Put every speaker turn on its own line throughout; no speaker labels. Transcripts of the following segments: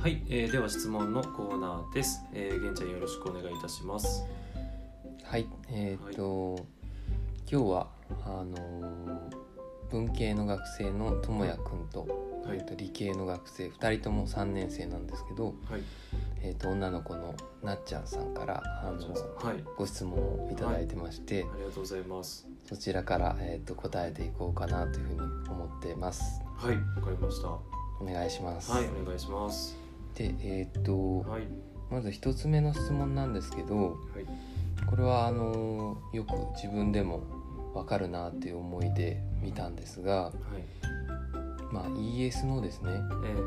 はい、えーでは質問のコーナーです。えー、げんちゃんよろしくお願いいたします。
はい、えーっと、今日はあのー文系の学生のともやくんと,、
は
えーっ
い、
と理系の学生2人とも3年生なんですけど、
はい、
えーっと女の子のなっちゃんさんからあの
はい、
ご質問をいただいてまして、
ありがとうございます。
そちらから、えーっと答えていこうかなというふうに思ってます。
はい、わかりました。は
お願いします、
い、お願いします。
で、えーっと
はい、
まず1つ目の質問なんですけど、
はい、
これはあのよく自分でもわかるなっていう思いで見たんですが、
はい、
まあ、ES のですね、
えー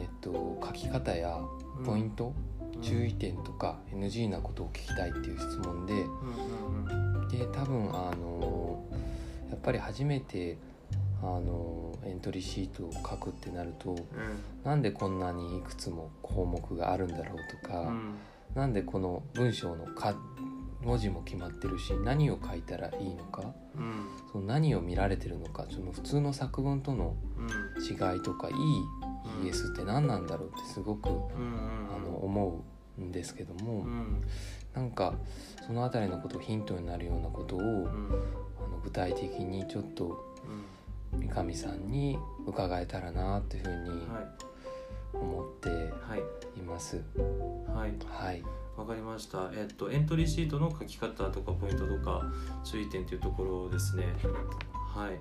えっと書き方やポイン、ト、
うん
注意点とか NG なことを聞きたいっていう質問で
うんうんうん
で多分あのやっぱり初めてあのエントリーシートを書くってなるとなんでこんなにいくつも項目があるんだろうとか。
うんうん
なんでこの文章のか文字も決まってるし何を書いたらいいのか
うん
その何を見られてるのかその普通の作文との
う
違いとかいい
ん
ES って何なんだろうってすごく
うんうん
あ
うん
の思うんですけど
う
も
ん
なんかその辺りのことをヒントになるようなことを
うん
あの具体的にちょっと三上さんに伺えたらなというふう
う
に
んはい
思って
はい
います。
はい
はい、
わかりました。えっとエントリーシートの書き方とかポイントとか注意点というところですね。はい。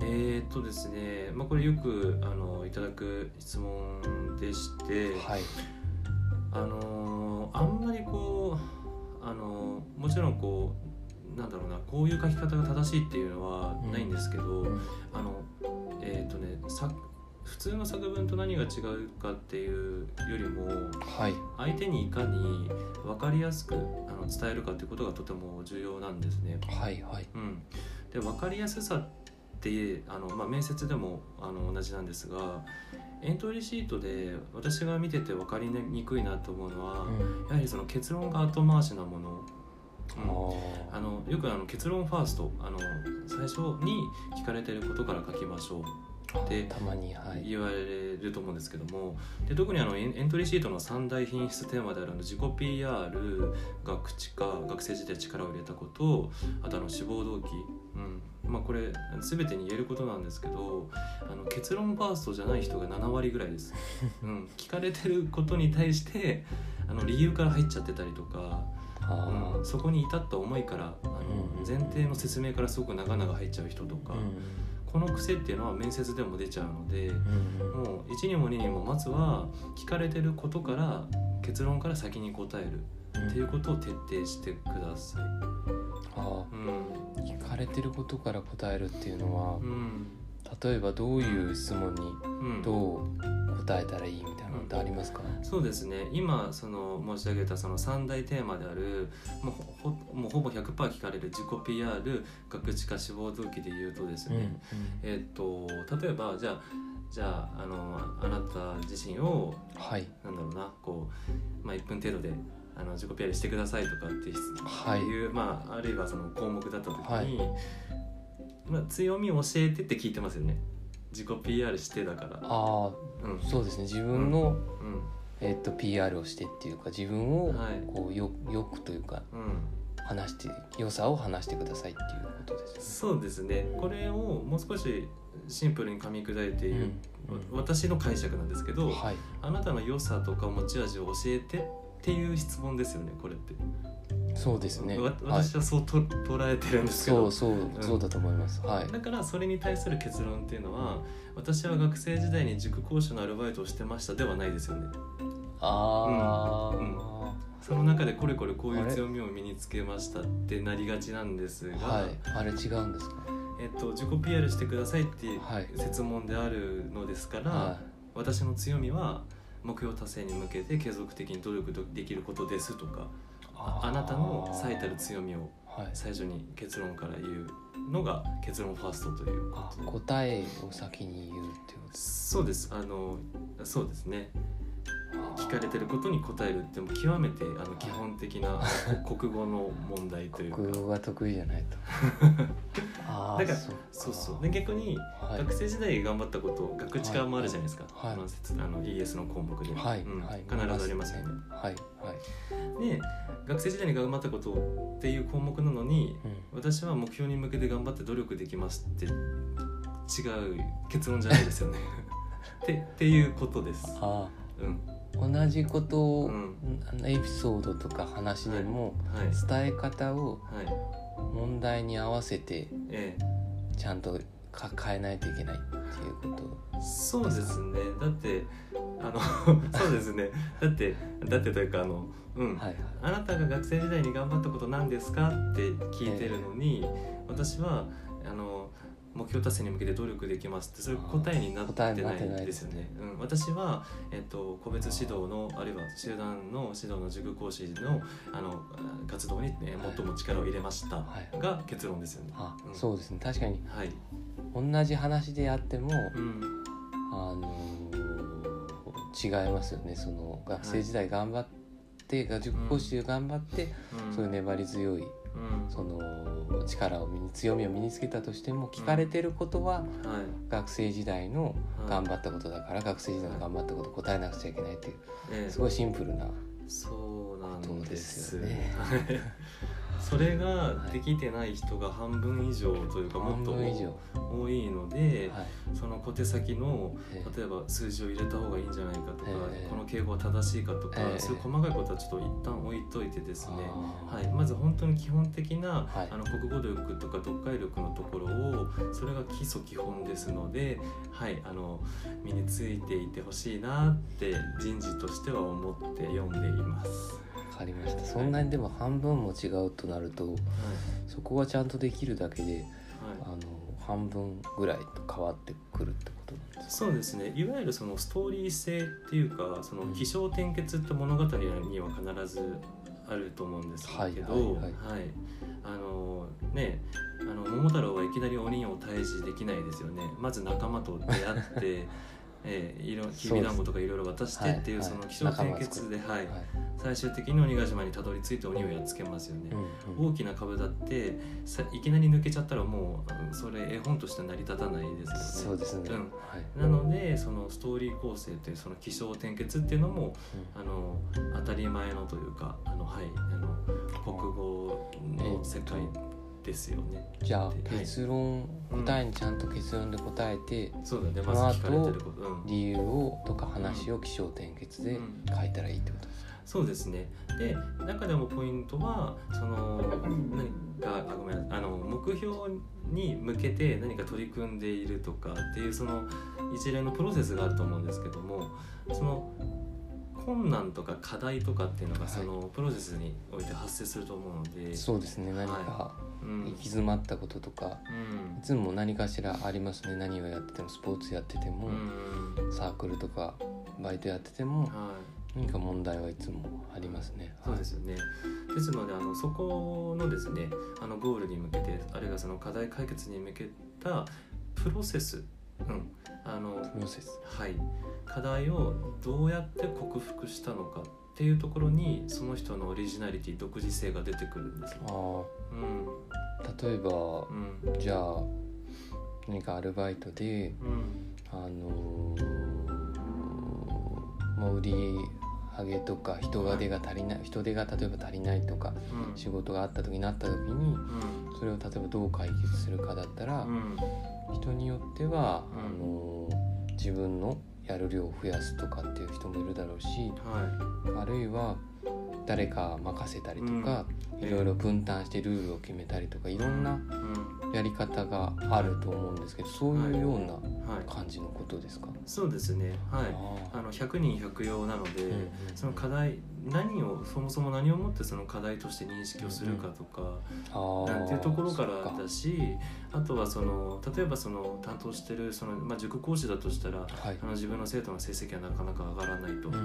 えーっとですね、まあこれよくあのいただく質問でして、
はい、
あのーあんまりこうあのーもちろんこうなんだろうなこういう書き方が正しいっていうのはないんですけど、
うん
あのえーっとねさ普通の作文と何が違うかっていうよりも
はい、
相手にいかに分かりやすくあの伝えるかということがとても重要なんですね。
はい、はい、
うん、で分かりやすさってあの、まあ、面接でもあの同じなんですがエントリーシートで私が見てて分かりにくいなと思うのは、
うん
やはりその結論が後回しなもの。うん
あ
あ
ー
のよくあの結論ファーストあの最初に聞かれてることから書きましょうで
たまにはい
言われると思うんですけどもで特にあのエンエントリーシートの三大品質テーマであるあの自己 PR 学知化学生時代力を入れたことあとあの志望動機、うんまあ、これ全てに言えることなんですけどあの結論ファーストじゃない人が7割ぐらい です、うん、聞かれてることに対してあの理由から入っちゃってたりとか、
あ
うん、そこに至った思いからあの
うん
前提の説明からすごく長々入っちゃう人とか
ー、
この癖っていうのは面接でも出ちゃうので。
うんうん
もう1にも2にもまずは聞かれてることから結論から先に答えるっていうことを徹底してください。
あ
うん、
ー聞かれてることから答えるっていうのは
うん、
例えばどういう質問に
うん、
どう答えたらいいみたいなのってありますか
そうですね今その申し上げたその3大テーマであるもうほほもうほぼ100%聞かれる自己 PR 学知化志望動機で言うとです
うん
ね、えっと例えばじゃあじゃああのあなた自身を
はい
なんだろうなこう、まあ、1分程度であの自己 PR してくださいとかっていう
はい
っていう、まあ、あるいはその項目だった時に、
はい
まあ、強みを教えてって聞いてますよね自己 PR してだから
あ
うん
あそうですね自分の
うん
えっと PR をしてっていうか自分を
はい
こうよよくというか
うん
話して良さを話してくださいっていうことです
そうですねこれをもう少しシンプルに噛み砕いて言
よ
う
ね、うん
わ私の解釈なんですけど、
はい
あなたの良さとか持ち味を教えてっていう質問ですよねこれって、
そうですね
わ
はい
私はそうと、捉えてるんですけ
そ
ど
うそうそうだと思いますはい
だからそれに対する結論っていうのは私は学生時代に塾講師のアルバイトをしてましたではないですよね
ああ、
うんその中でこれこれこういう強みを身につけましたってなりがちなんですが、
はい、あれ違うんですか。
えっと、自己 PR してくださいって
はい
説問であるのですから、
は
私の強みは目標達成に向けて継続的に努力できることですとか
い、
ああなたの最たる強みを
はい。
最初に結論から言うのが結論ファーストというこ
あ
とで
答えを先に言うってことです
そうですあのそうですね
あー
聞かれてることに答えるってもう極めてあの基本的なこ国語の問題というか
国語が得意じゃないと。あ
だから
そっか
そうそうで逆に
はい
学生時代頑張ったこと学知化もあるじゃないですか、
はいはい
あの説あの ES の項目でも、
はい、
うん
はい、
必ずありますよね。
はいはい、
で学生時代に頑張ったことっていう項目なのに
うん、
私は目標に向けて頑張って努力できますって違う結論じゃないですよ ね。ってっていうことです。
あ
うん
ー同じことを、
うん
なエピソードとか話でも
はい
伝え方を
はい
問題に合わせて
え
ちゃんとか変えないといけないっていうこと
え、そうですねだってあの そうですねだってだってというかあのうん、
はいはい
あなたが学生時代に頑張ったこと何ですかって聞いてるのに、私はあの目標達成に向けて努力できますってそういう答えになってな
答え
い
になってない
んですよね。うん、私は、えっと、個別指導のあるいは集団の指導の塾講師のあの活動に、えー
はい
最も力を入れました、
はい
が結論ですよね。
あ
うん
そうですね確かに
はい、
同じ話であっても、
うん
あのー違いますよねその学生時代頑張って、学塾講習頑張って、
うん
そういう粘り強い
うん
その力を身に強みを身につけたとしても聞かれてることは
はい
学生時代の
はい
頑張ったことだから学生時代の頑張ったことを答えなくちゃいけないっていう
ええ
すごいシンプルな
そうなんです
ことですよね
はい それができてない人が半分以上というかも
半
っと
分以上
多いので、
はい
その小手先の
え
例えば数字を入れた方がいいんじゃないかとか、
ええ
この敬語は正しいかとか、
ええ
そういう細かいことはちょっと一旦置いといてですね、
あ
はい、まず本当に基本的な、
はい
あの国語力とか読解力のところをそれが基礎基本ですので、はい、あの身についていてほしいなって人事としては思って読んでいます。
ーわかりましたそんなにでも半分も違うとなるとそこはちゃんとできるだけで
はい
あの半分ぐらいと変わってくるってことなんです
そうですねいわゆるそのストーリー性っていうかその
うん
起承転結って物語には必ずあると思うんですけど、
はいはい
あのねあの桃太郎はいきなり鬼を退治できないですよねまず仲間と出会って ええいろきびだんごとかいろいろ渡してっていう
はい
その
はい
起承転結で、はい
かはい
最終的に鬼ヶ島にたどり着いて鬼をやっつけますよね。
うんうん
大きな株だってさいきなり抜けちゃったらもうあのそれ絵本として成り立たないですよね。
そうですね
うん
はい
なのでそのストーリー構成というその起承転結っていうのもあの当たり前のというかあの、はい、あの国語の世界ですよね。
じゃあ
はい
結論
うん
答えにちゃんと結論で答えて
そうだね
こ
ま
の
ず聞かれてること、うん、
理由をとか話を起承転結で書いたらいいってことです
そうですねで中でもポイントはその何かあごめんあの目標に向けて何か取り組んでいるとかっていうその一連のプロセスがあると思うんですけどもその困難とか課題とかっていうのが
はい
そのプロセスにおいて発生すると思うので、
そうですね何か
う
行
ん
き詰まったこととか
うん
いつも何かしらありますね何をやっててもスポーツやってても
うん
サークルとかバイトやってても
はい
何か問題はいつもありますね
そうですよね。ですのであのそこのですねあのゴールに向けてあるいはその課題解決に向けたプロセス、うん、あの
プロセス
はい課題をどうやって克服したのかっていうところにその人のオリジナリティ独自性が出てくるんですよ。
あー
うん
例えば
うん
じゃあ何かアルバイトで
うん
あのーもう売り上げとか人が手が足りない人手が例えば足りないとか
うん
仕事があった時になった時に
うん
それを例えばどう解決するかだったら
うん
人によっては
うん
あのー自分のやる量を増やすとかっていう人もいるだろうし
は
あるいは誰か任せたりとか
うん
いろいろ分担してルールを決めたりとかいろんない
うん
やり方があると思うんですけどそういうような
はい
感じのことですか、
そうですねは
あ
い
ー
あの100人100用なので、
うんうん
その課題何をそもそも何をもってその課題として認識をするかとか、
あー
なんていうところから
そっ
だしあとはその例えばその担当してるその、まあ、塾講師だとしたら
はい
あの自分の生徒の成績はなかなか上がらないと。
うんうん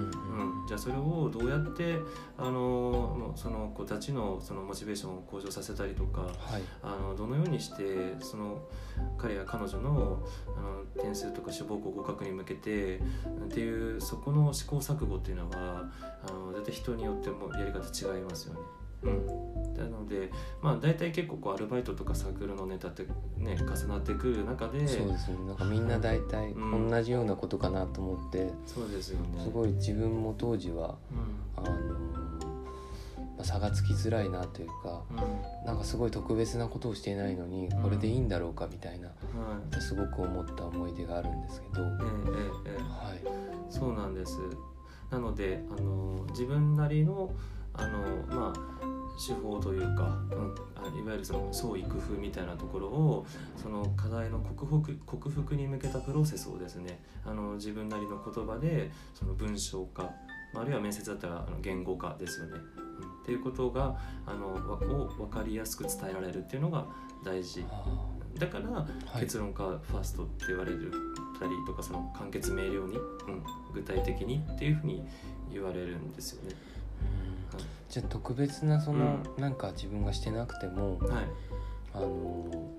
うん、じゃあそれをどうやってあのもうその子たちのそのモチベーションを向上させたりとか
はい
あのどのようにしてその彼や彼女のあの点数とか志望校合格に向けてっていうそこの試行錯誤っていうのはあの絶対人によってもやり方違いますよね。うん、なので、まあ、大体結構こうアルバイトとかサークルのネタって、ね、重なってくる中で
そうですねなんかみんな大体
うん
同じようなことかなと思って、
そうですよね。
すごい自分も当時は
うん
あのまあ差がつきづらいなというか
うんは
なんかすごい特別なことをしていないのに
うん
これでいいんだろうかみたいな、
い
すごく思った思い出があるんですけど、
えええええ
はい、
えそうなんですなのであの自分なりのあの、まあ、手法というか、うん、あいわゆるその創意工夫みたいなところをその課題の克服克服に向けたプロセスをですねあの自分なりの言葉でその文章化まああるいは面接だったらあの言語化ですよね。うんっていうことがあのわを分かりやすく伝えられるっていうのが大事
あ
だから
ーはい、
結論かファーストって言われるたりとかその簡潔明瞭に、うん、具体的にっていうふうに言われるんですよね。
うんじゃあ特別なその、なんか自分がしてなくても
はい、
あの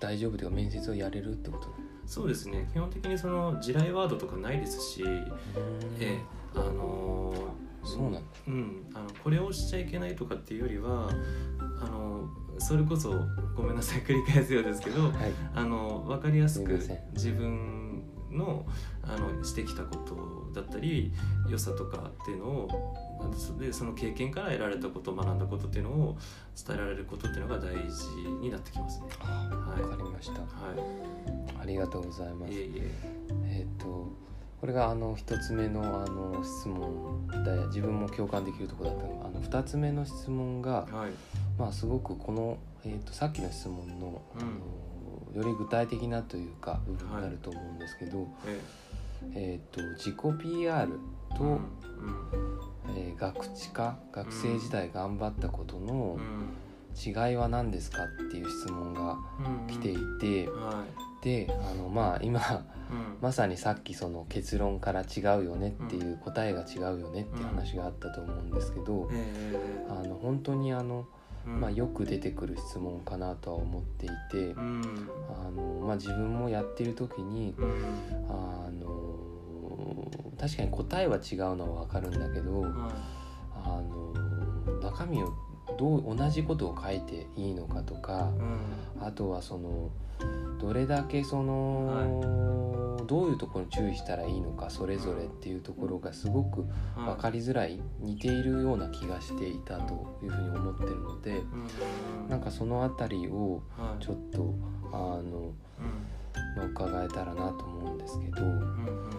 大丈夫というか面接をやれるってこと
そうですね基本的にその地雷ワードとかないですし、ええあのー
そうなんだ、
うん、あのこれをしちゃいけないとかっていうよりはあのそれこそごめんなさい繰り返すようですけど
はい、
あの分かりやす
すい
く
ません
自分のあのしてきたことだったり良さとかっていうのをでその経験から得られたこと学んだことっていうのを伝えられることっていうのが大事になってきますね。
あ
はい、
わかりました
は
ありがとうございま
い、
す
いえいえ、
えっ、とこれがあの一つ目のあの質問で自分も共感できるところだったのがあの二つ目の質問が、
はい、
まあ、すごくこの、えー、とさっきの質問の、
うん
あのより具体的なというか部分になると思うんですけど、
え
えー、と自己 PR と、
うん
えー学知化学生時代頑張ったこと
う
の
んうん
違いは何ですかっていう質問が
うん、
来てい
は
て、
い、
であのまあ今
うん、
まさにさっきその結論から違うよねっていう答えが違うよねっていう話があったと思うんですけど、
ええ
あの本当にあの、
うん
まあ、よく出てくる質問かなとは思っていて
う、ん、
あのまあ、自分もやってる時に
うん、
あの確かに答えは違うのは分かるんだけど、
は
あの中身をどう同じことを書いていいのかとか
い、うん、
あとはそのどれだけその、どういうところに注意したらいいのかそれぞれっていうところがすごく
はい
分かりづらい似ているような気がしていたというふうに思ってるので
うん、うん
なんかその辺りを
はい
ちょっとあの、まあ伺えたらなと思うんですけど
うん、うん、うん、うん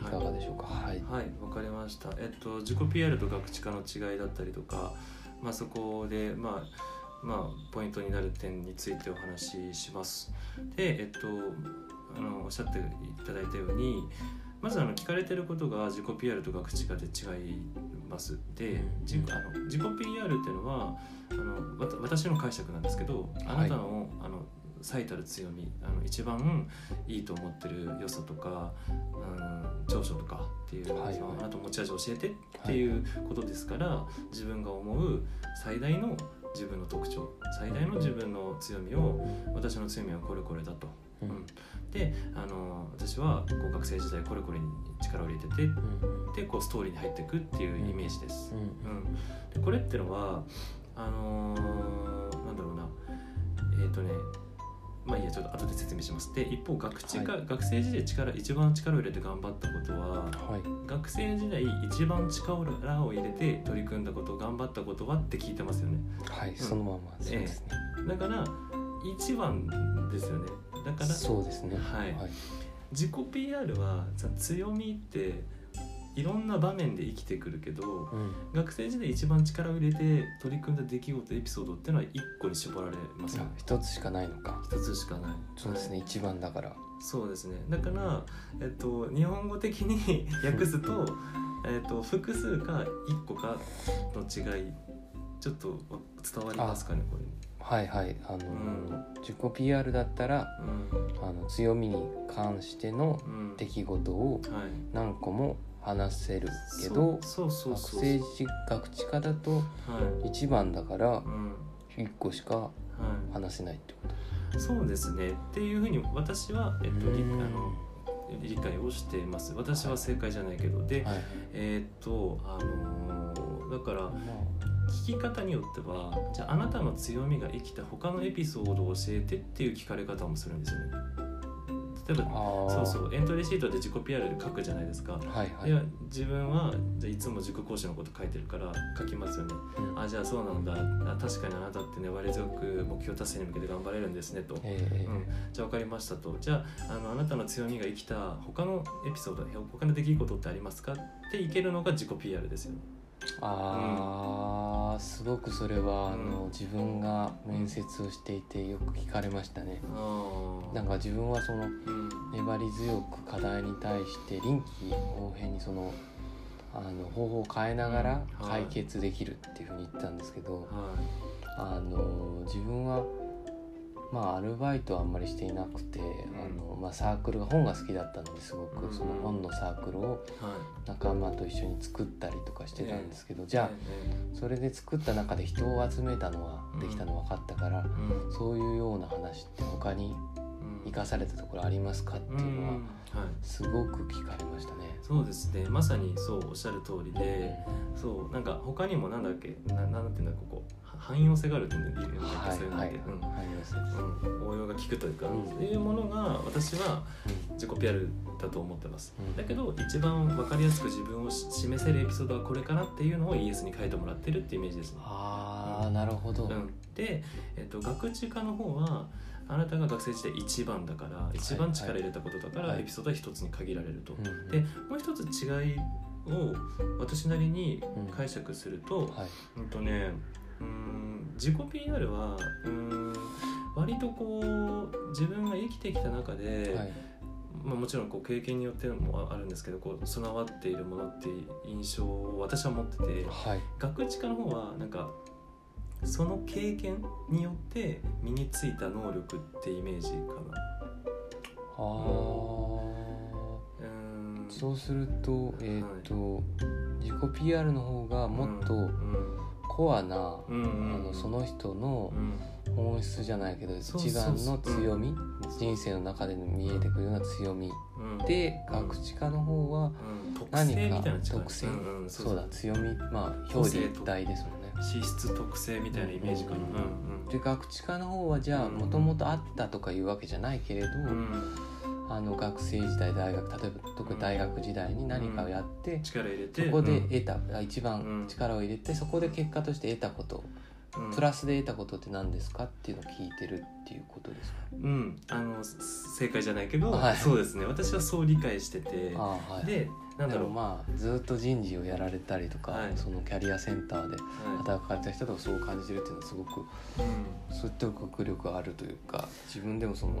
いかがでしょうかはい、
はい、わかりました。えっと自己 PR と学知化の違いだったりとか、まあそこでまあまあポイントになる点についてお話しします。で、えっとあのおっしゃっていただいたように。まずあの聞かれてることが自己 PR と学知化で違いますで自己あの自己 PR っていうのはあのわた私の解釈なんですけどあなたの,、あの最たる強みあの一番いいと思ってる良さとか、うん、長所とかっていう、
はい
その
はい
あなたの持ち味を教えてっていうことですから、自分が思う最大の自分の特徴最大の自分の強みを私の強みはこれこれだと。
う
うん
ん
であの私はこう学生時代これこれに力を入れてて
うん
でこうストーリーに入っていくっていうイメージです。
うん
うん、でこれってのはあのーなんだろうなえっ、とねまあいいやちょっと後で説明しますで一方学知化、
は
学生時代力一番力を入れて頑張ったことは
はい
学生時代一番力を入れて取り組んだこと頑張ったことはって聞いてますよね
はい、そのままそうですね、
だから一番ですよねだから
そうですね
はい
はい
自己 PR はさ強みっていろんな場面で生きてくるけど、
うん
学生時代一番力を入れて取り組んだ出来事エピソードっていうのは一個に絞られますよ
あ
ね
一つしかないのか
一つしかない
そうですね一番だから
そうですねだから、えっと、日本語的に訳すと,、えっと複数か一個かの違いちょっとわ伝わりますかねこれ、
はいはいあのー、
うん
自己 PR だったら
うん
あの強みに関しての
うん、
出来事を
はい
何個も話せるけど
そうそうそうそう
学生時学知科だと
はい、
一番だから
うん
一個しか
は
話せないってこと
い、そうですねっていうふうに私は、えっと、理
うん
あの理解をしています私は正解じゃないけどで、
はい
えーっとあのーだから
ま
聞き方によってはじゃああなたの強みが生きた他のエピソードを教えてっていう聞かれ方もするんですよね例えばそうそううエントリーシートで自己 PR で書くじゃないですか、、
はいはいい
や自分はじゃあいつも塾講師のこと書いてるから書きますよね
うん
あじゃあそうなんだあ確かにあなたって粘り強く目標達成に向けて頑張れるんですねと、
ええええ
うん、じゃあ分かりましたとじゃああのあなたの強みが生きた他のエピソード他の出来事ってありますかっていけるのが自己 PR ですよね
あーすごくそれは、あ
う
の
ん
自分が面接をしていてよく聞かれましたね
ああ
なんか自分はその
うん
粘り強く課題に対して臨機応変にそのあの方法を変えながら
うんはい
解決できるっていうふうに言ったんですけど、
は
あの自分はまあアルバイトはあんまりしていなくて、あのまあ、サークルが本が好きだったのですご
うん
くその本のサークルを
いはい
仲間と一緒に作ったりとかしてたんですけど、じ
じ
ゃあそれで作った中で人を集めたのは
うん
できたの分かったから、
うん
そういうような話って他に生かされたところありますかっていうのは、
うんはい
すごく聞かれましたね。
そうですねまさにそうおっしゃる通りでそうなんか他にもなんだっけななんていうんだここは汎用性があるっていうんだっけ
は
そう
い
いうの
は
っ
い
てうん
はいですね
うん応用が効くというか、
うん
そういうものが私は自己 PR だと思ってます
うん
だけど一番分かりやすく自分をし示せるエピソードはこれかなっていうのを ES に書いてもらってるってイメージですね
ああなるほど、
うん、で、えっと、学術科の方はあなたが学生時代一番だから一番力入れたことだから、
はい
エピソードは一つに限られると、
うん
でもう一つ違いを私なりに
うん
解釈すると、
はい
うんとねうーん自己 PR はうーん割とこう自分が生きてきた中で、
はい
まあ、もちろんこう経験によってもあるんですけどこう備わっているものって印象を私は持ってて
はい
学知科の方はなんかその経験によって身についた能力ってイメージかな。
ああ
うーん
そうするとえっ、と自己 PR の方がもっと
うん
コアな、
うんうん
あのその人の
うん
本質じゃないけど
そう
一番の
そうそう
強み
うん
人生の中で見えてくるような強み
うん
で学知科の方は
うん特性
何
みたいな
か
力
特性
うんん
そうだ強みまあ表裏一体ですもんね。
資質特性みたいなイメージかな。
で学知科の方はじゃあ
うん
もともとあったとかいうわけじゃないけれど、
うんうんうん
あの学生時代大学例えば特に大学時代に何かをやって、
力入れ
そ
て
こで
うん
得た、あ一
う
番
ん
力を入れてそこで結果として得たこと、
うん
プラスで得たことって何ですかっていうのを聞いてるっていうことですか、
うん、あのす正解じゃないけど、
はい
そうですね私はそう理解してて
ああはい、
でなんだ
で
ろう、
もまあずっと人事をやられたりとか、
はい
そのキャリアセンターで
は
働かれた人とかそう感じてるっていうのはすごく
い
説得力があるというか自分でもその
うん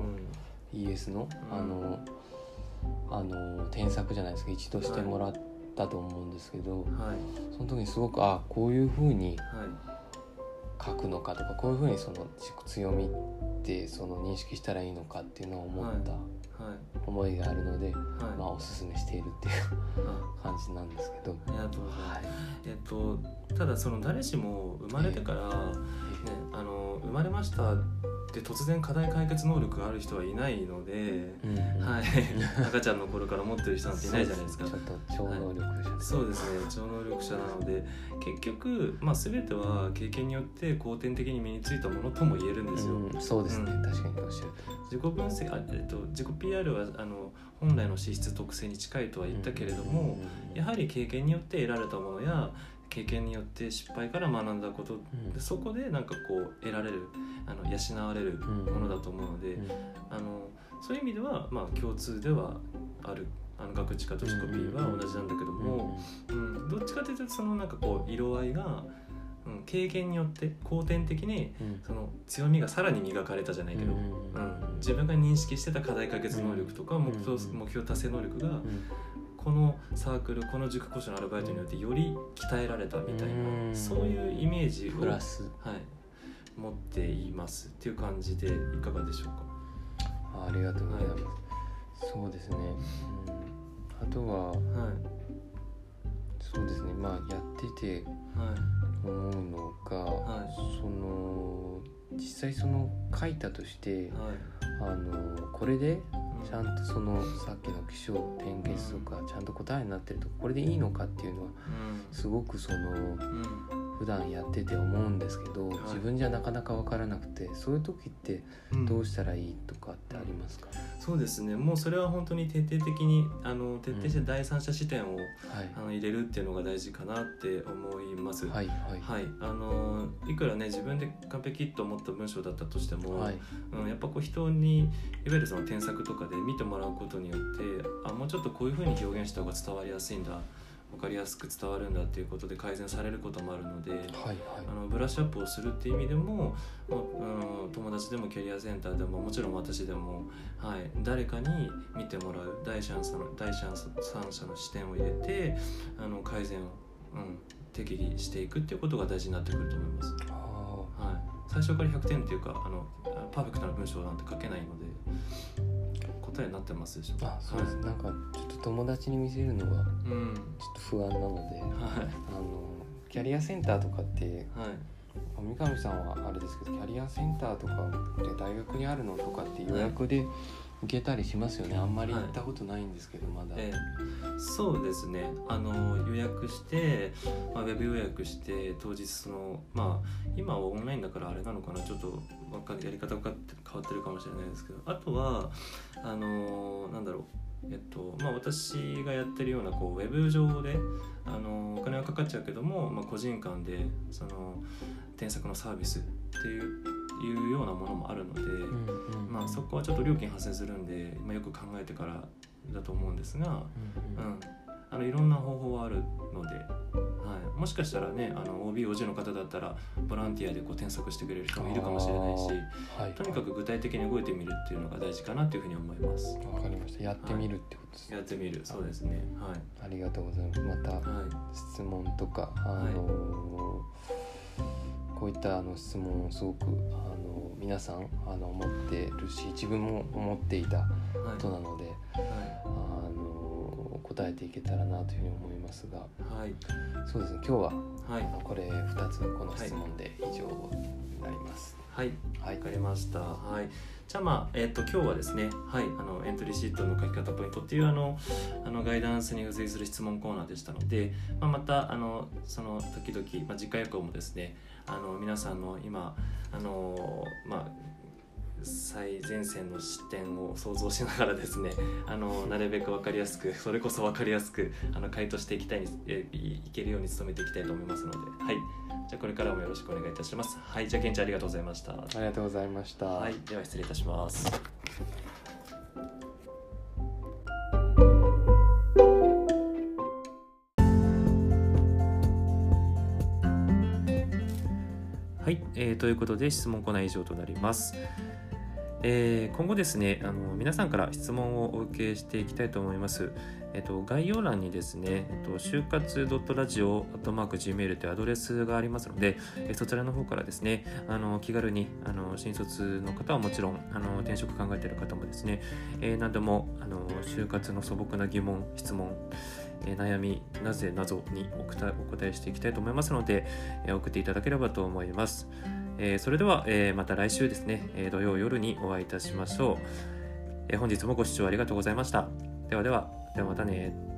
ES の、
うん
あのあの添削じゃないですか一度してもらったと思うんですけど、
うんはい
その時にすごくあこういうふうに
は
書くのかとかこういうふうにその強みってその認識したらいいのかっていうのを思った
いはい
思いがあるので、
はい、
まあ、おすすめしているっていう感じなんですけど。
あありがとうございます、
はい
えっとただその誰しも生まれてから、ね、あの生まれましたって突然課題解決能力がある人はいないので、
うん
はい赤ちゃんの頃から持ってる人なんていないじゃないですか
そうですねちょっと超能力者です、
そうですね超能力者なので結局、まあ、全ては経験によって後天的に身についたものとも言えるんですよ。
うん、そうですね、
うん
確かにおっしゃると
自己分析あ、えっと、自己 PR はあの本来の資質特性に近いとは言ったけれども、やはり経験によって得られたものや経験によって失敗から学んだことでそこでなんかこう得られるあの養われるものだと思うので、
うん
あのそういう意味では、まあ、共通ではあるあの学知科と自己 P は同じなんだけども。うん、どっちかというとそのなんかこう色合いが、うん、経験によって後天的に
うん
その強みがさらに磨かれたじゃないけど、
う
うんん
うん
自分が認識してた課題解決能力とか
ん
目標,、
うん
目標達成能力が
うん
このサークルこの塾講師のアルバイトによってより鍛えられたみたいな、
うん
そういうイメージを、
プ
は
ラ
い、
ス
持っていますっていう感じでいかがでしょうか。
あありがとうございます、そうですね、うん、あとは
はい
そうですねまあやってて
はい
思うのが、
はい
その実際その書いたとして
はい
あのこれで
うん
ちゃんとそのさっきの気象点結とかちゃんと答えになってるとかこれでいいのかっていうのはすごくその
うんうん
普段やってて思うんですけど
はい
自分じゃなかなか分からなくてそういう時って
うん
どうしたらいいとかってありますか、
そうですねもうそれは本当に徹底的にあの徹底して第三者視点を、
はい
あの入れるっていうのが大事かなって思います。
はいはい
はいあのいくらね自分で完璧と思った文章だったとしても、
はい
うん、やっぱこう人にいわゆるその添削とかで見てもらうことによってあもうちょっとこういうふうに表現した方が伝わりやすいんだ分かりやすく伝わるんだっていうことで改善されることもあるので、
はい
あのブラッシュアップをするっていう意味でも、まあうん、友達でもキャリアセンターでももちろん私でも、はい、誰かに見てもらう第三者の第三者の視点を入れてあの改善を、うん、適宜していくっていうことが大事になってくると思います。
あ
はい、最初から100点っていうかあのあのパーフェクトな文章なんて書けないので答えになってますでしょう
ー
か
あそうです、なんかちょっと友達に見せるのが
はい、うん
ちょっと不安なので
はい
あのキャリアセンターとかって
はい
三上さんはあれですけどキャリアセンターとかで大学にあるのとかって予約で行けたりしますよねあんまり行ったことないんですけどまだ、
ええそうですねあの予約して、まあ、ウェブ予約して当日そのまあ今はオンラインだからあれなのかなちょっとわかんやり方が変わって変わってるかもしれないですけどあとはあのなんだろうえっとまあ、私がやってるようなこうウェブ上であのお金はかかっちゃうけども、まあ、個人間でその添削のサービスっていういうようなものもあるので、
うんうん
まあ、そこはちょっと料金発生するんで、まあ、よく考えてからだと思うんですが、
うん
う
うん
ん、あのいろんな方法はあるので、はい、もしかしたらねあの OBOG の方だったらボランティアでこう添削してくれる人もいるかもしれないし
はい
とにかく具体的に動いてみるっていうのが大事かなというふうに思います。
わかりましたやってみるってことですね、
やってみるそうですねは
ありがとうございますまた
い、はい
質問とかあのこういったあの質問をすごくあの皆さんあの思ってるし自分も思っていた
は
ことなので、
いは
あの答えていけたらなというふうに思いますが
いはい
そうですね今日は
は
あ
い
のこれ2つこの質問で以上になります。
はい
はい、
わかりました。はい。じゃあまあえっ、と今日はですね、はい、あのエントリーシートの書き方ポイントっていうあのあのガイダンスに付随する質問コーナーでしたので、まあまたあのその時々まあ次回以降もですね、あの皆さんの今あのまあ最前線の視点を想像しながらですね あのなるべく分かりやすくそれこそ分かりやすくあの回答していきたいにえいいけるように努めていきたいと思いますので、はい、じゃあこれからもよろしくお願いいたします。はい、じゃあケンちゃんありがとうございました。
ありがとうございました。
はい、では失礼いたします。はい、えーということで質問コーナー以上となります。えー今後ですねあの皆さんから質問をお受けしていきたいと思います。えっと、概要欄にですね、えっと、就活 .radio.gmail というアドレスがありますので、えーそちらの方からですねあの気軽にあの新卒の方はもちろんあの転職考えている方もですね、えー何でもあの就活の素朴な疑問質問えー悩みなぜ謎にお答えお答えしていきたいと思いますので、えー送っていただければと思います、えーそれでは、えーまた来週ですね、えー土曜夜にお会いいたしましょう、えー本日もご視聴ありがとうございましたではではではまたね